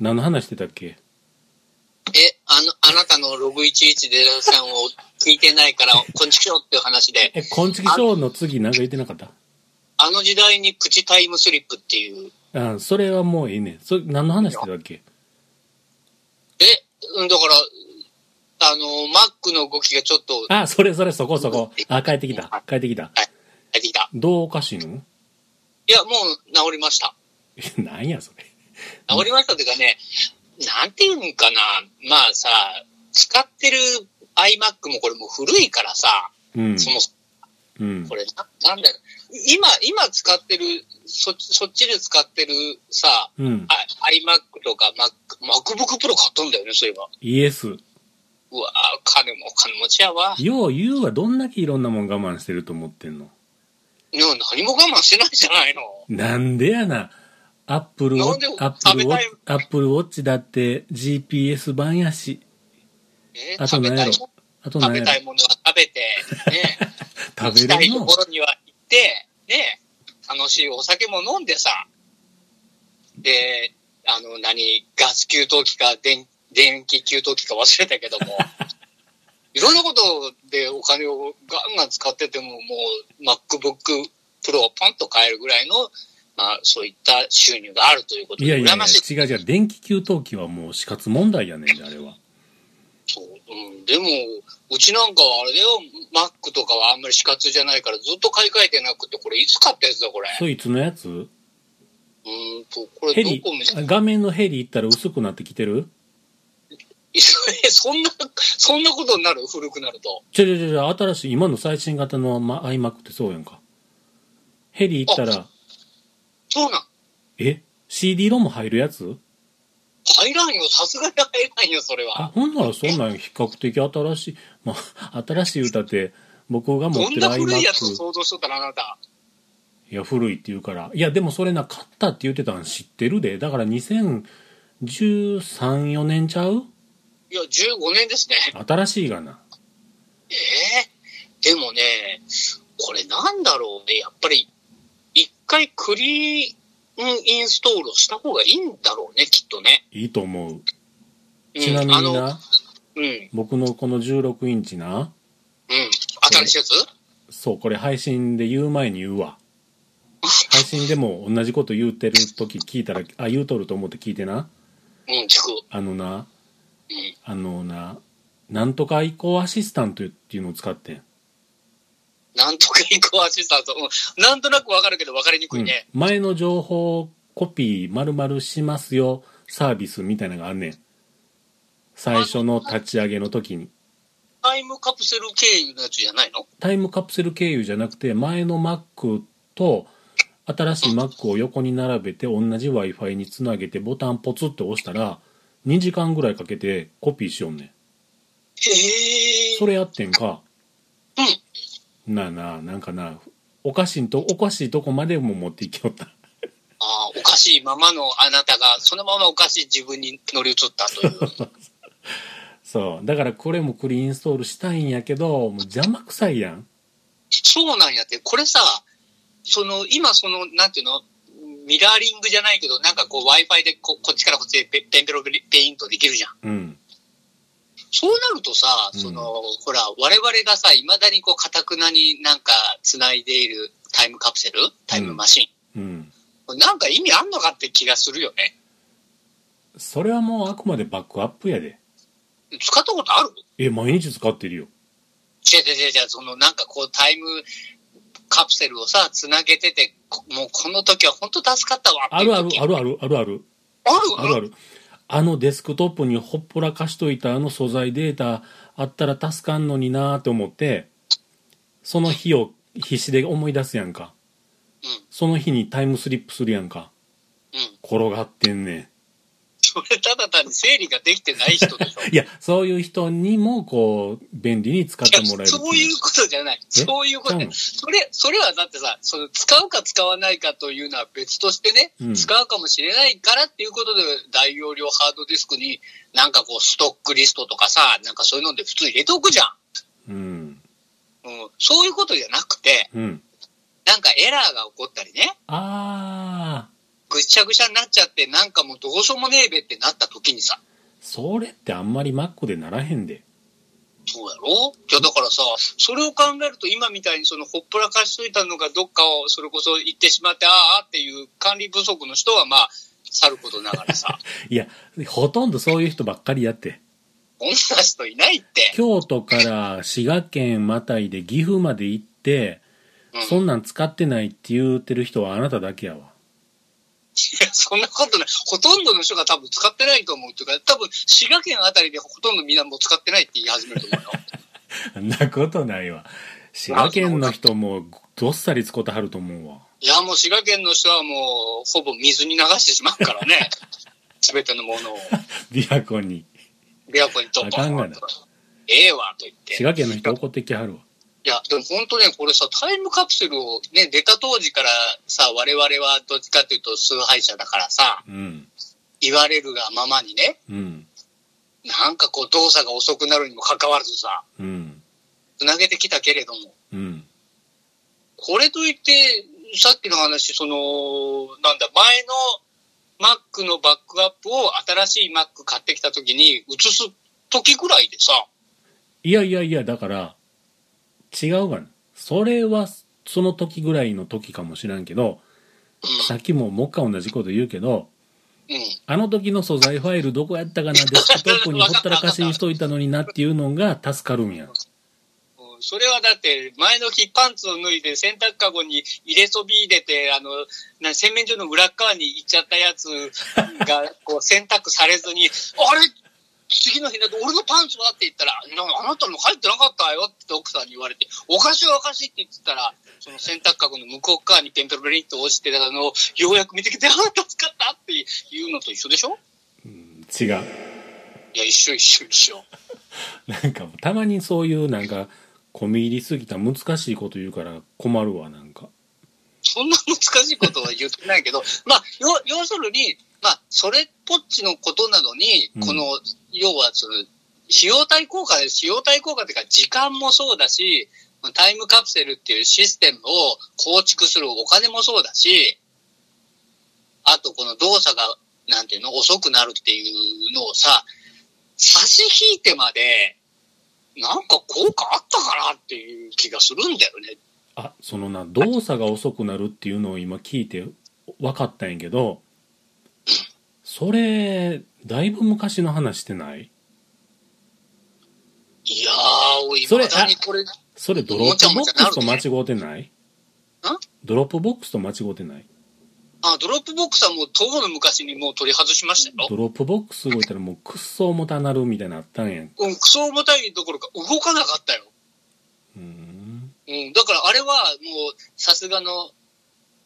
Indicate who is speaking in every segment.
Speaker 1: 何の話してたっけ
Speaker 2: え、あの、あなたのログ11でさんを聞いてな いから、こんちきしょうっていう話で、
Speaker 1: え、こんちきショーの次なんか言ってなかった
Speaker 2: あの時代にプチタイムスリップっていう、
Speaker 1: あそれはもうええねん。それ何の話してたっけ
Speaker 2: え、うんだから、あの、マックの動きがちょっと、
Speaker 1: あ、それそれそこそこ。あ、帰ってきた。帰ってきた。
Speaker 2: 入ってきた。
Speaker 1: どうおかしいの
Speaker 2: いや、もう治りました。
Speaker 1: なんやそれ。
Speaker 2: 治りましたというかね、なんていうんかな、まあさ、使ってる iMac もこれもう古いからさ、
Speaker 1: うん。
Speaker 2: そもそも
Speaker 1: うん
Speaker 2: こ。れな、なんだよ。今、今使ってる、そっち、そっちで使ってるさ、
Speaker 1: うん。
Speaker 2: あ iMac とか Mac、MacBook Pro 買ったんだよね、そういえば。
Speaker 1: イエス。
Speaker 2: うわぁ、金も、金持ちやわ。
Speaker 1: よう言うはどんだけいろんなもん我慢してると思ってんの。
Speaker 2: でも何も我慢してないじゃないの。
Speaker 1: なんでやな。アップルウォ
Speaker 2: な
Speaker 1: ッ
Speaker 2: んで
Speaker 1: チ
Speaker 2: も、
Speaker 1: アップルウォッ
Speaker 2: 食べたい
Speaker 1: チ、アップルウォッチだって GPS 版やし。
Speaker 2: ね
Speaker 1: あと
Speaker 2: 食べ
Speaker 1: 何や
Speaker 2: たい
Speaker 1: ろ
Speaker 2: もの、。
Speaker 1: あと
Speaker 2: 食
Speaker 1: 何
Speaker 2: べ
Speaker 1: やろ
Speaker 2: た。いものは食べて、ね、
Speaker 1: 食
Speaker 2: 行き
Speaker 1: べ
Speaker 2: た
Speaker 1: れ
Speaker 2: い
Speaker 1: る
Speaker 2: と
Speaker 1: の
Speaker 2: ころには行って、ね、楽しいお酒も飲んでさ、で、あの、何、ガス給湯器か電、電気給湯器か忘れたけど も、いろんなことでお金をガンガン使ってても、もう MacBook Pro をポンと買えるぐらいの、まあ、そういった収入があるということ
Speaker 1: い
Speaker 2: で、
Speaker 1: やいや
Speaker 2: 羨
Speaker 1: い
Speaker 2: ましい。
Speaker 1: や、違う違う。電気給湯器はもう死活問題やねんで、あれは。
Speaker 2: そう。うん。でも、うちなんかはあれだよ、Mac とかはあんまり死活じゃないからずっと買い替えてなくて、これいつ買ったやつだ、これ。
Speaker 1: それいつのやつ
Speaker 2: うーんと、これ
Speaker 1: ヘ
Speaker 2: ど
Speaker 1: リ
Speaker 2: こ見、
Speaker 1: あ画面のヘリ行ったら薄くなってきてる
Speaker 2: え、そんな、そんなことになる古くなると。
Speaker 1: ちょちょちょちょ、新しい、今の最新型の、ま、iMac ってそうやんか。ヘリ行ったら、
Speaker 2: そうなん。
Speaker 1: え ?CD ロム入るやつ
Speaker 2: 入らんよ。さすがに入らんよ、それ
Speaker 1: あ
Speaker 2: は。、
Speaker 1: ほんならそんなん比較的新しい、まあ、新しい歌って、僕が持っ
Speaker 2: ど
Speaker 1: て
Speaker 2: ん
Speaker 1: る
Speaker 2: な古
Speaker 1: iMac
Speaker 2: いやつを想像しとったら、あなた。
Speaker 1: いや、古いって言うから。いや、でもそれな、買ったって言ってたん知ってるで。だから2013、4年ちゃう
Speaker 2: いや、15年ですね。
Speaker 1: 新しいがな。
Speaker 2: ええでもね、これなんだろうね。やっぱり、一回クリーンインストールをした方がいいんだろうね、きっとね。
Speaker 1: いいと思う。
Speaker 2: うん、
Speaker 1: ちなみ
Speaker 2: あ
Speaker 1: に
Speaker 2: の、
Speaker 1: な、
Speaker 2: うん、うん。
Speaker 1: 僕のこの16インチな、
Speaker 2: 新しいやつ
Speaker 1: そう、これ配信で言う前に言うわ。配信でも同じこと言うてる時聞いたら、あ、言うとると思って聞いてな。
Speaker 2: うん、聞く。
Speaker 1: あのな、
Speaker 2: うん。
Speaker 1: あのな、なんとか移行アシスタントっていうのを使ってん。
Speaker 2: なんとか行こう、アシスタント。うんなんとなくわかるけど、わかりにくいね。
Speaker 1: うん前の情報をコピー丸々しますよサービスみたいなのがあんねん最初の立ち上げの時に
Speaker 2: タイムカプセル経由のやつじゃないの
Speaker 1: タイムカプセル経由じゃなくて前の Mac と新しい Mac を横に並べて同じ w i f i につなげてボタンポツって押したら2時間ぐらいかけてコピーしよんねん
Speaker 2: へえ。
Speaker 1: それやってんか
Speaker 2: うん。
Speaker 1: なあなあなんかなおかしいとおかしいとこまでも持っていきよった
Speaker 2: ああ、おかしいままのあなたが、そのままおかしい自分に乗り移ったという。
Speaker 1: そうだからこれもクリーンインストールしたいんやけどもう邪魔くさいやん
Speaker 2: そうなんやって、これさ、その、今その、なんていうのミラーリングじゃないけど、なんかこう Wi-Fi でここっちからこっちへペペンペロペイントできるじゃん。
Speaker 1: うん
Speaker 2: そうなるとさ、
Speaker 1: うん
Speaker 2: その、ほら、我々がさ、未だにこう、かたくなになんか繋いでいるタイムカプセルタイムマシン。
Speaker 1: うん
Speaker 2: これなんか意味あんのかって気がするよね。
Speaker 1: それはもうあくまでバックアップやで
Speaker 2: 使ったことある
Speaker 1: え毎日使ってるよ
Speaker 2: 違う違う違う違う、そのなんかこうタイムカプセルをさ、つなげてて、こもうこの時は本当助かったわ
Speaker 1: あるある
Speaker 2: っていう時
Speaker 1: あるあるあるある
Speaker 2: あ
Speaker 1: あ
Speaker 2: る
Speaker 1: るあるあのデスクトップにほっぽらかしといたあの素材データあったら助かんのになーって思ってその日を必死で思い出すやんか
Speaker 2: うん、
Speaker 1: その日にタイムスリップするやんか
Speaker 2: うん。
Speaker 1: 転がってんねん
Speaker 2: それただ単に整理ができてない人でしょ。
Speaker 1: いやそういう人にもこう便利に使ってもらえる
Speaker 2: そういうことじゃない。そういうこと
Speaker 1: ちゃ
Speaker 2: じ
Speaker 1: うの
Speaker 2: ゃない。それ、それはだってさ、その使うか使わないかというのは別としてね、
Speaker 1: うん
Speaker 2: 使うかもしれないからっていうことで、大容量ハードディスクになんかこうストックリストとかさ、なんかそういうので普通入れておくじゃん。
Speaker 1: うん
Speaker 2: うん。そういうことじゃなくて、
Speaker 1: うん
Speaker 2: なんかエラーが起こったりね、
Speaker 1: ああ
Speaker 2: グぐちゃぐちゃになっちゃって、なんかもうどうしようもねえべってなった時にさ、
Speaker 1: それってあんまりマックでならへんで
Speaker 2: そうやろいや、だからさ、それを考えると今みたいにそのほっぽらかしといたのがどっかをそれこそ行ってしまって、ああっていう管理不足の人はまあ、去ることながらさ、
Speaker 1: いやほとんどそういう人ばっかりやって
Speaker 2: こんな人いないって。
Speaker 1: 京都から滋賀県またいで岐阜まで行って
Speaker 2: うん、
Speaker 1: そんなん使ってないって言うてる人はあなただけやわ
Speaker 2: いやそんなことない。ほとんどの人が多分使ってないと思うというか、多分滋賀県あたりでほとんどみんなもう使ってないって言い始めると思うよ。
Speaker 1: そんなことないわ滋賀県の人もどっさり使ってはると思うわ
Speaker 2: いや、もう滋賀県の人はもうほぼ水に流してしまうからね。すべてのものを、
Speaker 1: 琵琶湖に
Speaker 2: 琵琶湖にとっ
Speaker 1: あかんがな
Speaker 2: ええわ、と言って。
Speaker 1: 滋賀県の人怒ってきはるわ
Speaker 2: いや、でも本当ね、これさ、タイムカプセルをね、出た当時からさ、我々はどっちかというと崇拝者だからさ、
Speaker 1: うん
Speaker 2: 言われるがままにね、
Speaker 1: うん
Speaker 2: なんかこう動作が遅くなるにもかかわらずさ、
Speaker 1: うん
Speaker 2: 繋げてきたけれども、
Speaker 1: うん
Speaker 2: これといって、さっきの話、その、なんだ、前の Mac のバックアップを新しい Mac 買ってきた時に移す時ぐらいでさ、
Speaker 1: いやいやいやだから違うがなそれはその時ぐらいの時かもしらんけどさっきももう一回同じこと言うけど
Speaker 2: うん、うん。
Speaker 1: あの時の素材ファイルどこやったかなデスクトップにほったらかしにしといたのになっていうのが助かるんや
Speaker 2: うんそれはだって、前の日パンツを脱いで洗濯かごに入れそび入れて、あの、な洗面所の裏っ側に行っちゃったやつが、 こう洗濯されずに、あれ次の日だって俺のパンツはって言ったら、なんかあなたの入ってなかったよって奥さんに言われて、おかしいおかしいって言ってたら、その洗濯かごの向こう側にペンペロペリンと落ちてたのを、ようやく見てきて、ああ、助かったっていうのと一緒でしょ
Speaker 1: 違う
Speaker 2: いや、一緒一緒一緒。
Speaker 1: なんかたまにそういうなんか込み入りすぎた難しいこと言うから困るわなんか
Speaker 2: そんな難しいことは言ってないけど、 まあ、要要するに、まあ、それっぽっちのことなのに、
Speaker 1: うん
Speaker 2: この、要はその、費用対効果で、費用対効果っていうか、時間もそうだし、タイムカプセルっていうシステムを構築するお金もそうだし、あとこの動作が、なんていうの、遅くなるっていうのをさ、差し引いてまで、なんか効果あったかなっていう気がするんだよね。
Speaker 1: あそのな動作が遅くなるっていうのを今聞いて分かったんやけどそれだいぶ昔の話してない
Speaker 2: いやー、俺、
Speaker 1: それ
Speaker 2: 未だにこれ、
Speaker 1: それドロップボックスと間違うてないドロップボックスと間違うてない
Speaker 2: あ、ドロップボックスはもう、とうの昔にもう取り外しましたよ。
Speaker 1: ドロップボックス動いたらもうくっそ重たなるみたいなのあったんやん
Speaker 2: うん、クソ重たいどころか動かなかったよ。
Speaker 1: うーん
Speaker 2: うん、だからあれはもう、さすがの、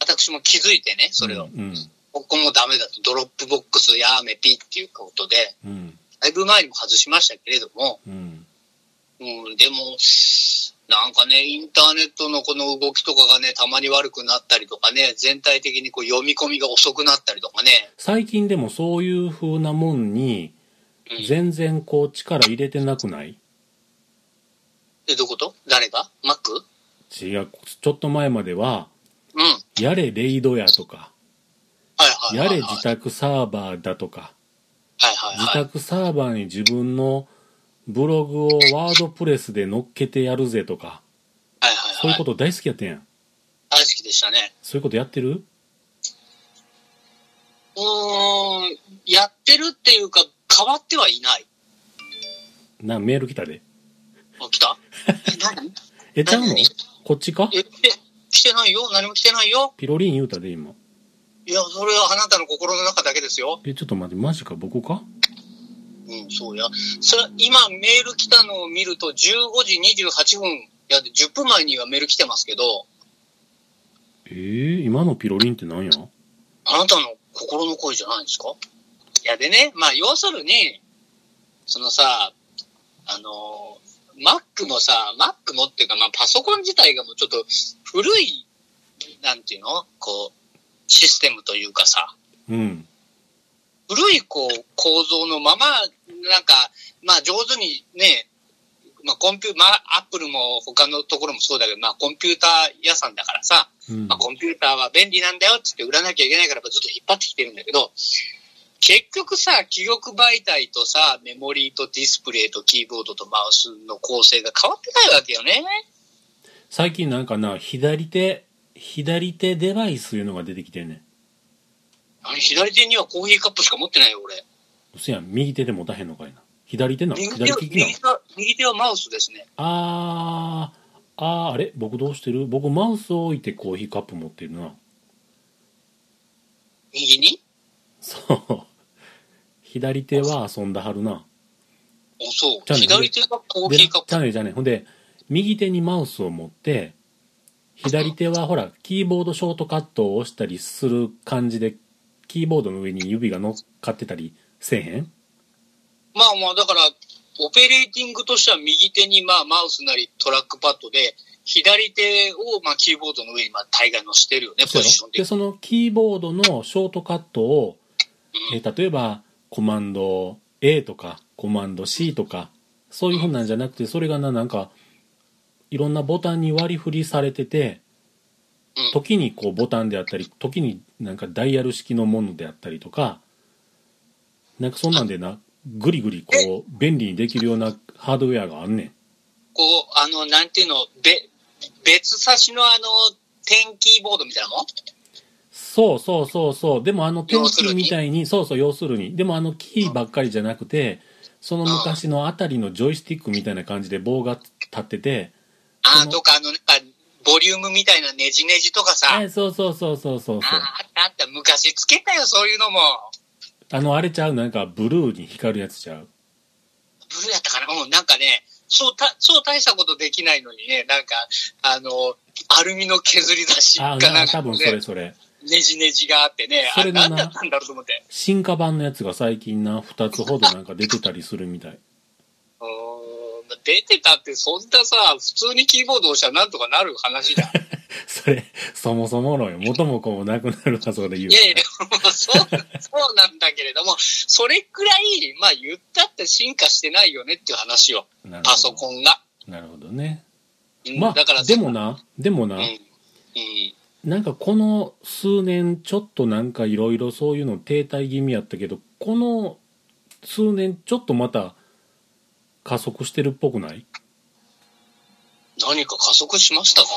Speaker 2: 私も気づいてね、それを。
Speaker 1: うん
Speaker 2: ここもダメだと、ドロップボックスやめぴっていうことで、
Speaker 1: うん
Speaker 2: だいぶ前にも外しましたけれども、
Speaker 1: うん
Speaker 2: うん、でも、なんかね、インターネットのこの動きとかがね、たまに悪くなったりとかね、全体的にこう読み込みが遅くなったりとかね、
Speaker 1: 最近でもそういう風なもんに
Speaker 2: うん
Speaker 1: 全然こう力入れてなくない
Speaker 2: え、どういうこと誰がマック
Speaker 1: 違うちょっと前までは
Speaker 2: うん。はい
Speaker 1: やれレイドやとか
Speaker 2: はいは
Speaker 1: や
Speaker 2: い、はい。
Speaker 1: れ自宅サーバーだとか
Speaker 2: はいはい
Speaker 1: 自
Speaker 2: はい。
Speaker 1: 宅サーバーに自分のブログをワードプレスで乗っけてやるぜとか
Speaker 2: はいはいはい。
Speaker 1: そういうこと大好きやったやん
Speaker 2: 大好きでしたね。
Speaker 1: そういうことやってる
Speaker 2: うーん、やってるっていうか、変わってはいない。
Speaker 1: なメール来たで
Speaker 2: あ、来たえ、何
Speaker 1: えちゃうの
Speaker 2: 何
Speaker 1: こっちか
Speaker 2: え、え来てないよ。何も来てないよ。
Speaker 1: ピロリン言うたで今
Speaker 2: いや、それはあなたの心の中だけですよ。
Speaker 1: えちょっと待ってマジか僕か
Speaker 2: うん、そうや。そ今、メール来たのを見ると、15時28分、いや、10分前にはメール来てますけど、
Speaker 1: えー、今のピロリンってなんや
Speaker 2: あなたの心の声じゃないんですかいや、でね、まあ、要するに、そのさ、あのー、Mac もさ、Mac もっていうか、まあ、パソコン自体がもうちょっと古い、なんていうのこう、システムというかさ、
Speaker 1: うん
Speaker 2: 古いこう構造のまま、なんか、まあ、上手にね、まあ、コンピュー、まあ、アップルも他のところもそうだけど、まあ、コンピューター屋さんだからさ、
Speaker 1: うん
Speaker 2: まあ、コンピューターは便利なんだよって言って売らなきゃいけないからずっと引っ張ってきてるんだけど、結局さ、記憶媒体とさ、メモリーとディスプレイとキーボードとマウスの構成が変わってないわけよね。
Speaker 1: 最近なんかな左手左手デバイスいうのが出てきてんねん
Speaker 2: あの左手にはコーヒーカップしか持ってないよ、俺。
Speaker 1: そやん右手で持たへんのかいな左手なの
Speaker 2: 右手
Speaker 1: 左
Speaker 2: は
Speaker 1: 利きなの
Speaker 2: 右手は右手はマウスですね。
Speaker 1: あーあーあれ僕どうしてる僕マウスを置いてコーヒーカップ持ってるな
Speaker 2: 右に
Speaker 1: そう左手は遊んだはるな
Speaker 2: おそう。
Speaker 1: じゃあね
Speaker 2: 左手がコー
Speaker 1: で
Speaker 2: ヒーカッ
Speaker 1: じ
Speaker 2: プ。
Speaker 1: ゃあねじゃあねほんで右手にマウスを持って左手はほらキーボードショートカットを押したりする感じでキーボードの上に指が乗っかってたりせえへん
Speaker 2: まあまあ、だから、オペレーティングとしては右手にまあマウスなりトラックパッドで、左手をまあキーボードの上にまあ大概乗してるよね、
Speaker 1: そ
Speaker 2: ポ
Speaker 1: うや
Speaker 2: ジショ
Speaker 1: ろ
Speaker 2: ンで
Speaker 1: で。そのキーボードのショートカットを、えー例えばコマンド A とかコマンド C とかそういうふうなんじゃなくてそれがななんかいろんなボタンに割り振りされてて
Speaker 2: うん
Speaker 1: 時にこうボタンであったり時になんかダイヤル式のものであったりとかなんかそんなんでなぐりぐりこう便利にできるようなハードウェアがあんねん。
Speaker 2: こう、あの、なんていうの、べ、別差しのあの、点キーボードみたいなもん
Speaker 1: そうそうそうそう。でもあの天
Speaker 2: 要する
Speaker 1: 気
Speaker 2: に
Speaker 1: みたいに、そうそう、要するに。でもあのキーばっかりじゃなくて、その昔のあたりのジョイスティックみたいな感じで棒が立ってて、
Speaker 2: あ
Speaker 1: そ
Speaker 2: ー
Speaker 1: の
Speaker 2: とか、あの、なんか、ボリュームみたいなネジネジとかさ。
Speaker 1: えそうそうそうそうそうそう。
Speaker 2: あーあったあった。昔つけたよ、そういうのも。
Speaker 1: あの、あれちゃうなんかブルーに光るやつちゃう
Speaker 2: ブルーやったかなうん、なんかね、そうた、そう大したことできないのにね、なんか、あの、アルミの削り出し
Speaker 1: あ
Speaker 2: か
Speaker 1: あ、
Speaker 2: なん
Speaker 1: 多
Speaker 2: か
Speaker 1: 分それ
Speaker 2: ね、
Speaker 1: それ。
Speaker 2: ネジネジがあってね、
Speaker 1: そ
Speaker 2: あ
Speaker 1: れ
Speaker 2: れ
Speaker 1: だな
Speaker 2: 何だったんだろうと思って。
Speaker 1: 進化版のやつが最近な、二つほどなんか出てたりするみたい。
Speaker 2: うーん、出てたってそんなさ、普通にキーボード押したらなんとかなる話だ。
Speaker 1: それ、そもそものよ。元も子もなくなるな、それ言うた
Speaker 2: いや
Speaker 1: ら。
Speaker 2: いや、もうそう、そうなんだけれども、それくらい、まあ言ったって進化してないよねっていう話を、
Speaker 1: なるほど
Speaker 2: パソコンが。
Speaker 1: なるほどね。
Speaker 2: うん、
Speaker 1: ま
Speaker 2: だから
Speaker 1: あ、でもな、でもな、
Speaker 2: うん、うん。
Speaker 1: なんかこの数年ちょっとなんかいろいろそういうの停滞気味やったけどこの数年ちょっとまた加速してるっぽくない
Speaker 2: 何か加速しましたか